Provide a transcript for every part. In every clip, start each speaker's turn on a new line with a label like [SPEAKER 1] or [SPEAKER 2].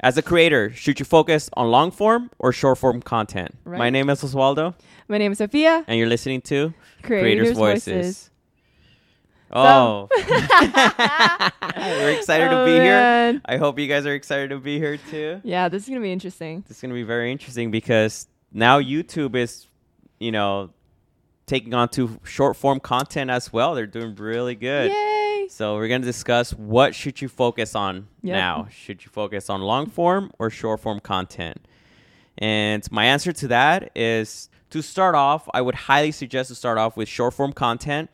[SPEAKER 1] As a creator, should you focus on long form or short form content?
[SPEAKER 2] Right.
[SPEAKER 1] My name is Oswaldo,
[SPEAKER 2] My name is Sophia.
[SPEAKER 1] and you're listening to
[SPEAKER 2] Creators' Voices.
[SPEAKER 1] Oh, we're excited to
[SPEAKER 2] Oh,
[SPEAKER 1] be here.
[SPEAKER 2] man.
[SPEAKER 1] I hope you guys are excited to be here too.
[SPEAKER 2] Yeah, this is gonna be interesting.
[SPEAKER 1] It's going to be very interesting because now YouTube is, you know, taking on to short form content as well. They're doing really good.
[SPEAKER 2] Yay!
[SPEAKER 1] So we're going to discuss what should you focus on
[SPEAKER 2] Yep.
[SPEAKER 1] now? Should you focus on long form or short form content? And my answer to that is to start off, I would highly suggest to start off with short form content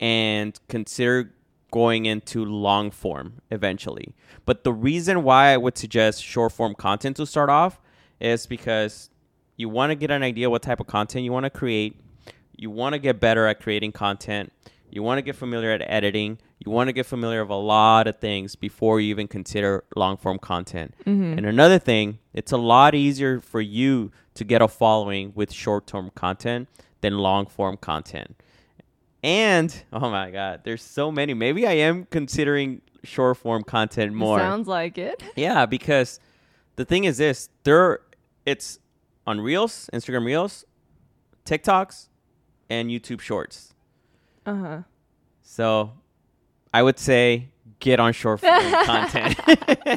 [SPEAKER 1] and consider going into long form eventually. But the reason why I would suggest short form content to start off is because you want to get an idea what type of content you want to create. You want to get better at creating content. You want to get familiar at editing. You want to get familiar with a lot of things before you even consider long form content.
[SPEAKER 2] Mm-hmm.
[SPEAKER 1] And another thing, it's a lot easier for you to get a following with short term content than long form content. And oh my God, there's so many. Maybe I am considering short form content more.
[SPEAKER 2] Sounds like it.
[SPEAKER 1] Yeah, because the thing is this: there, it's on Reels, Instagram Reels, TikToks, and YouTube Shorts.
[SPEAKER 2] Uh huh.
[SPEAKER 1] So, I would say get on short form content.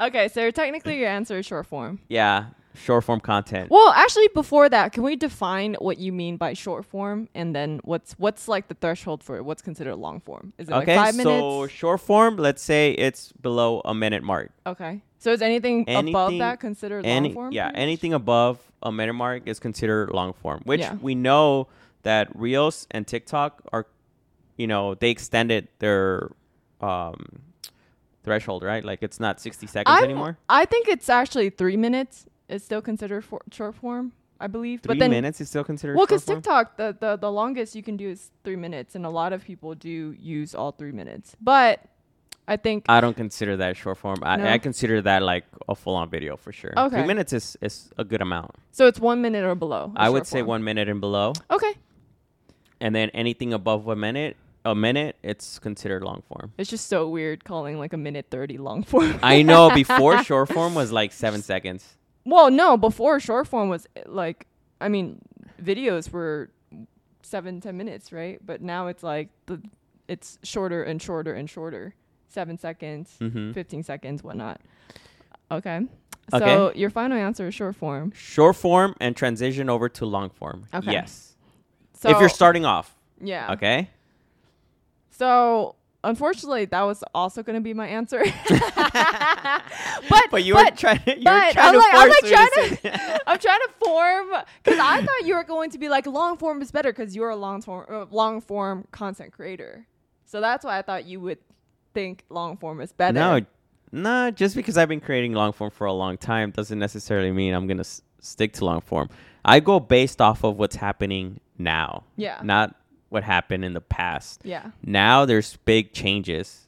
[SPEAKER 2] Okay, so technically your answer is short form.
[SPEAKER 1] yeah, short form content.
[SPEAKER 2] Well, actually, before that, can we define what you mean by short form, and then what's what's like the threshold for what's considered long form? Is it
[SPEAKER 1] okay,
[SPEAKER 2] like five
[SPEAKER 1] so
[SPEAKER 2] minutes?
[SPEAKER 1] short form. Let's say it's below a minute mark.
[SPEAKER 2] Okay, so is anything, above
[SPEAKER 1] Anything-
[SPEAKER 2] that considered
[SPEAKER 1] Any,
[SPEAKER 2] long form?
[SPEAKER 1] yeah,
[SPEAKER 2] pretty much?
[SPEAKER 1] anything above a minute mark is considered long form, which
[SPEAKER 2] Yeah.
[SPEAKER 1] we know that Reels and TikTok are, you know, they extended their um, threshold, right? Like it's not 60 seconds
[SPEAKER 2] I'm-
[SPEAKER 1] anymore.
[SPEAKER 2] I think it's actually three minutes. It's still considered for short form, I believe.
[SPEAKER 1] Three
[SPEAKER 2] but then,
[SPEAKER 1] minutes is still considered
[SPEAKER 2] well,
[SPEAKER 1] short
[SPEAKER 2] because
[SPEAKER 1] form?
[SPEAKER 2] TikTok, the, the the longest you can do is three minutes, and a lot of people do use all three minutes. But I think
[SPEAKER 1] I don't consider that short form. I,
[SPEAKER 2] No.
[SPEAKER 1] I consider that like a full on video for sure. Three
[SPEAKER 2] Okay.
[SPEAKER 1] minutes is, is a good amount.
[SPEAKER 2] so. It's one minute or below. is
[SPEAKER 1] I would
[SPEAKER 2] short
[SPEAKER 1] say
[SPEAKER 2] form.
[SPEAKER 1] one minute and below.
[SPEAKER 2] Okay,
[SPEAKER 1] And then anything above a minute, a minute, it's considered long form.
[SPEAKER 2] it's just so weird calling like a minute thirty long form.
[SPEAKER 1] I know before short form was like seven seconds.
[SPEAKER 2] Well, no, before short form was eh, like, I mean, videos were seven, ten minutes, right? But now it's like the it's shorter and shorter and shorter, seven seconds, fifteen seconds, whatnot. Okay.
[SPEAKER 1] Mm-hmm.
[SPEAKER 2] So
[SPEAKER 1] Okay.
[SPEAKER 2] your final answer is short form.
[SPEAKER 1] short form and transition over to long form.
[SPEAKER 2] Okay.
[SPEAKER 1] Yes.
[SPEAKER 2] So Oh.
[SPEAKER 1] if you're starting off,
[SPEAKER 2] yeah.
[SPEAKER 1] okay?
[SPEAKER 2] So unfortunately, that was also going to be my answer. but
[SPEAKER 1] But you
[SPEAKER 2] but,
[SPEAKER 1] were trying you were
[SPEAKER 2] but
[SPEAKER 1] trying
[SPEAKER 2] I'm
[SPEAKER 1] to
[SPEAKER 2] like, I'm
[SPEAKER 1] force
[SPEAKER 2] like trying
[SPEAKER 1] me to say-
[SPEAKER 2] to, I'm trying to form because I thought you were going to be like long form is better because you're a long form, uh, long form content creator. So that's why I thought you would think long form is better.
[SPEAKER 1] No. No, just because I've been creating long form for a long time doesn't necessarily mean I'm going to s- stick to long form. I go based off of what's happening now.
[SPEAKER 2] Yeah.
[SPEAKER 1] Not what happened in the past.
[SPEAKER 2] Yeah.
[SPEAKER 1] Now there's big changes.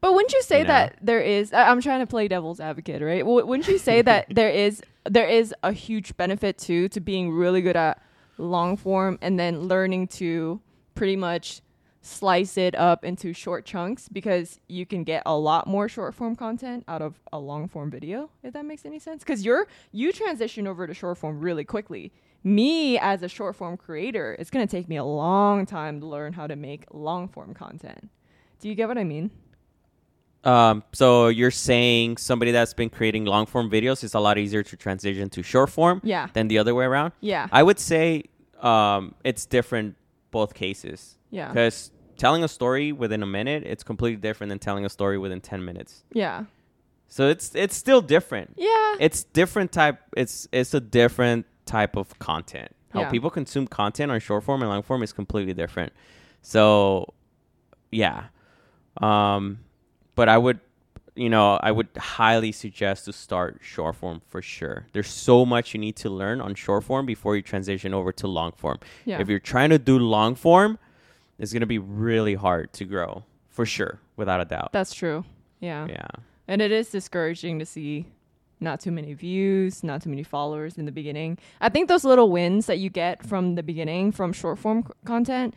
[SPEAKER 2] But wouldn't you say
[SPEAKER 1] You know?
[SPEAKER 2] that there is? I- I'm trying to play devil's advocate, right? W- wouldn't you say that there is there is a huge benefit too to being really good at long form and then learning to pretty much slice it up into short chunks because you can get a lot more short form content out of a long form video if that makes any sense because you're you transition over to short form really quickly me as a short form creator it's going to take me a long time to learn how to make long form content do you get what i mean
[SPEAKER 1] Um, so you're saying somebody that's been creating long form videos is a lot easier to transition to short form
[SPEAKER 2] Yeah.
[SPEAKER 1] than the other way around?
[SPEAKER 2] Yeah.
[SPEAKER 1] I would say um, it's different both cases.
[SPEAKER 2] Yeah.
[SPEAKER 1] Because telling a story within a minute, it's completely different than telling a story within ten minutes.
[SPEAKER 2] yeah.
[SPEAKER 1] So it's it's still different.
[SPEAKER 2] Yeah.
[SPEAKER 1] It's different type. It's it's a different type of content. How
[SPEAKER 2] Yeah.
[SPEAKER 1] people consume content on short form and long form is completely different. So, yeah. Um, but I would, you know, I would highly suggest to start short form for sure. There's so much you need to learn on short form before you transition over to long form.
[SPEAKER 2] Yeah.
[SPEAKER 1] If you're trying to do long form, it's gonna be really hard to grow for sure, without a doubt.
[SPEAKER 2] That's true. Yeah.
[SPEAKER 1] yeah.
[SPEAKER 2] And it is discouraging to see not too many views, not too many followers in the beginning. I think those little wins that you get from the beginning from short form c- content,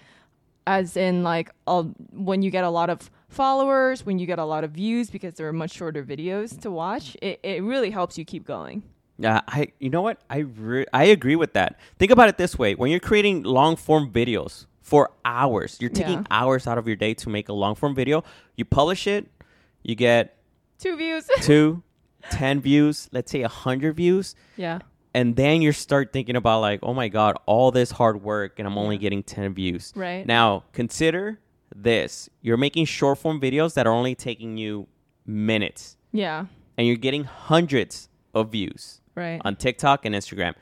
[SPEAKER 2] as in like all, when you get a lot of followers, when you get a lot of views because there are much shorter videos to watch, it, it really helps you keep going.
[SPEAKER 1] Yeah, I you know what? I re- I agree with that. Think about it this way. When you're creating long form videos for hours, you're taking
[SPEAKER 2] Yeah.
[SPEAKER 1] hours out of your day to make a long form video, you publish it, you get
[SPEAKER 2] Two views.
[SPEAKER 1] two, 10 views, let's say 100 views,
[SPEAKER 2] yeah.
[SPEAKER 1] and then you start thinking about like, "Oh my god, all this hard work and I'm only getting 10 views."
[SPEAKER 2] Right.
[SPEAKER 1] Now, consider this. You're making short form videos that are only taking you minutes
[SPEAKER 2] Yeah.
[SPEAKER 1] and you're getting hundreds of views
[SPEAKER 2] Right.
[SPEAKER 1] on TikTok and Instagram.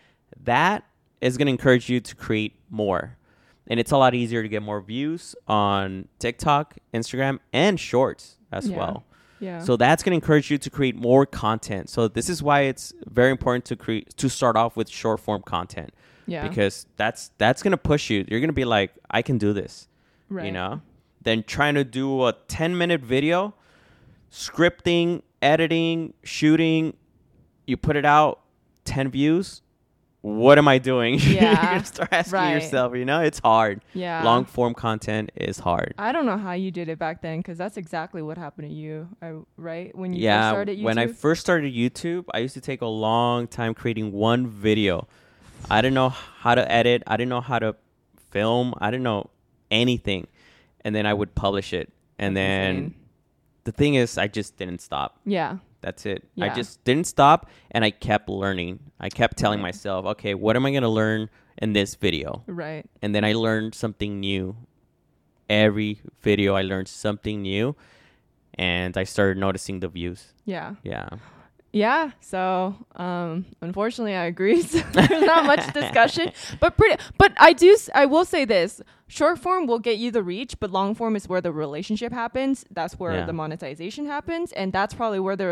[SPEAKER 1] That is going to encourage you to create more. And it's a lot easier to get more views on TikTok, Instagram, and shorts as
[SPEAKER 2] Yeah.
[SPEAKER 1] well.
[SPEAKER 2] yeah.
[SPEAKER 1] So that's going to encourage you to create more content. So this is why it's very important to create to start off with short form content
[SPEAKER 2] yeah.
[SPEAKER 1] because that's that's going to push you. You're going to be like, I can do this
[SPEAKER 2] right.
[SPEAKER 1] you know than trying to do a 10 minute video scripting editing shooting you put it out 10 views what am i doing you're
[SPEAKER 2] Yeah,
[SPEAKER 1] gonna start asking
[SPEAKER 2] right.
[SPEAKER 1] yourself you know it's hard
[SPEAKER 2] Yeah.
[SPEAKER 1] long form content is hard
[SPEAKER 2] I don't know how you did it back then because that's exactly what happened to you, I, right? When you first
[SPEAKER 1] yeah
[SPEAKER 2] started YouTube.
[SPEAKER 1] when i first started youtube i used to take a long time creating one video i didn't know how to edit i didn't know how to film i didn't know anything and then i would publish it and
[SPEAKER 2] That's
[SPEAKER 1] then
[SPEAKER 2] insane.
[SPEAKER 1] the thing is i just didn't stop
[SPEAKER 2] yeah.
[SPEAKER 1] that's it i
[SPEAKER 2] Yeah.
[SPEAKER 1] just didn't stop and i kept learning i kept telling myself okay what am i going to learn in this video
[SPEAKER 2] Right.
[SPEAKER 1] and then i learned something new every video i learned something new and i started noticing the views
[SPEAKER 2] Yeah.
[SPEAKER 1] yeah
[SPEAKER 2] Yeah. So, um, unfortunately, I agree. So there's not much discussion, but pretty. But I do. s- I will say this: short form will get you the reach, but long form is where the relationship happens. That's where
[SPEAKER 1] Yeah.
[SPEAKER 2] the monetization happens, and that's probably where the,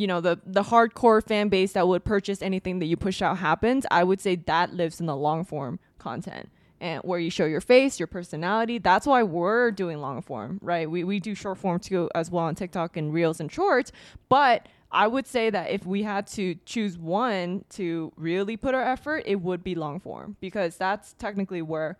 [SPEAKER 2] you know, the the hardcore fan base that would purchase anything that you push out happens. I would say that lives in the long form content. And where you show your face, your personality. That's why we're doing long form, right? We, we do short form too as well on TikTok and Reels and Shorts. But I would say that if we had to choose one to really put our effort, it would be long form because that's technically where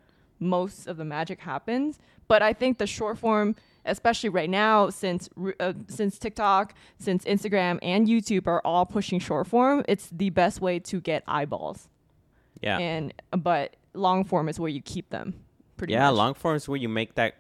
[SPEAKER 2] most of the magic happens. But I think the short form, especially right now, since r- uh, since TikTok, since Instagram and YouTube are all pushing short form, it's the best way to get eyeballs.
[SPEAKER 1] yeah
[SPEAKER 2] And but long form is where you keep them. Pretty
[SPEAKER 1] yeah
[SPEAKER 2] much.
[SPEAKER 1] long form is where you make that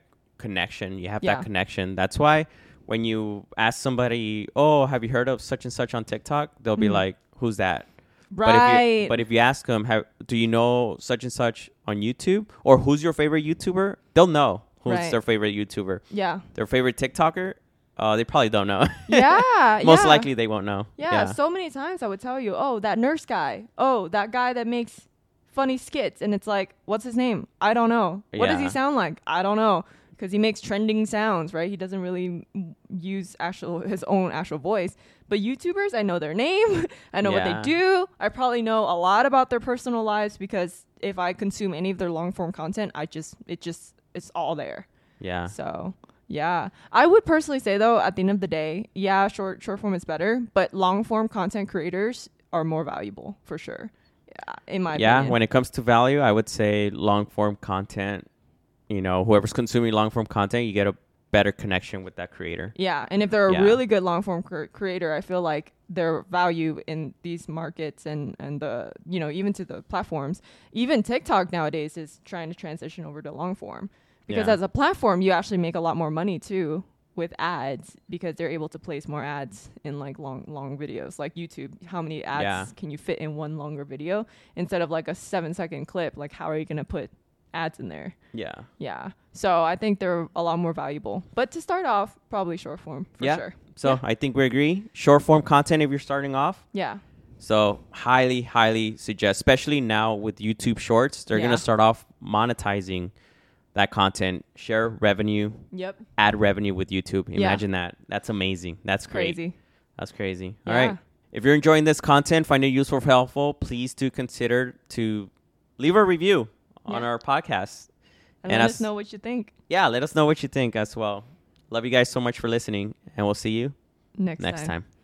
[SPEAKER 1] connection you have
[SPEAKER 2] Yeah.
[SPEAKER 1] that connection that's why when you ask somebody oh have you heard of such and such on tiktok they'll
[SPEAKER 2] Mm-hmm.
[SPEAKER 1] be like who's that But if,
[SPEAKER 2] right?
[SPEAKER 1] you, but if you ask them, have, do you know such and such on YouTube or who's your favorite YouTuber? They'll know who's
[SPEAKER 2] Right.
[SPEAKER 1] their favorite YouTuber.
[SPEAKER 2] yeah,
[SPEAKER 1] Their favorite TikToker? Uh, they probably don't know.
[SPEAKER 2] yeah,
[SPEAKER 1] Most
[SPEAKER 2] yeah.
[SPEAKER 1] likely they won't know.
[SPEAKER 2] Yeah, so many times I would tell you, oh, that nurse guy, oh, that guy that makes funny skits, and it's like, what's his name? I don't know. What does he
[SPEAKER 1] Yeah.
[SPEAKER 2] sound like? I don't know, because he makes trending sounds, right? He doesn't really mm, use actual his own actual voice. But YouTubers, I know their name, I know
[SPEAKER 1] Yeah.
[SPEAKER 2] what they do. I probably know a lot about their personal lives because if I consume any of their long form content, I just it just it's all there.
[SPEAKER 1] yeah.
[SPEAKER 2] So yeah, I would personally say though, at the end of the day, yeah, short short form is better, but long form content creators are more valuable for sure. Yeah, In my
[SPEAKER 1] yeah
[SPEAKER 2] opinion.
[SPEAKER 1] when it comes to value i would say long form content you know whoever's consuming long form content you get a better connection with that creator
[SPEAKER 2] yeah, and if they're a
[SPEAKER 1] Yeah.
[SPEAKER 2] really good long form cr- creator, I feel like their value in these markets and and the you know even to the platforms, even TikTok nowadays is trying to transition over to long form because
[SPEAKER 1] Yeah.
[SPEAKER 2] as a platform you actually make a lot more money too with ads because they're able to place more ads in like long long videos like youtube how many ads
[SPEAKER 1] Yeah.
[SPEAKER 2] can you fit in one longer video instead of like a seven second clip like how are you going to put ads in there
[SPEAKER 1] yeah
[SPEAKER 2] yeah so i think they're a lot more valuable but to start off probably short form for
[SPEAKER 1] yeah
[SPEAKER 2] sure
[SPEAKER 1] so i think we agree short form content if you're starting off
[SPEAKER 2] yeah
[SPEAKER 1] so highly highly suggest especially now with youtube shorts they're going
[SPEAKER 2] Yeah.
[SPEAKER 1] to start off monetizing that content share revenue
[SPEAKER 2] yep
[SPEAKER 1] ad revenue with youtube
[SPEAKER 2] Yeah.
[SPEAKER 1] imagine that that's amazing that's great
[SPEAKER 2] crazy
[SPEAKER 1] That's crazy. All
[SPEAKER 2] Yeah.
[SPEAKER 1] right. If you're enjoying this content, find it useful or helpful, please do consider to leave a review on
[SPEAKER 2] Yeah.
[SPEAKER 1] our podcast.
[SPEAKER 2] and,
[SPEAKER 1] And
[SPEAKER 2] let
[SPEAKER 1] as-
[SPEAKER 2] us know what you think
[SPEAKER 1] Yeah, let us know what you think as well. Love you guys so much for listening, and we'll see you
[SPEAKER 2] next,
[SPEAKER 1] next time.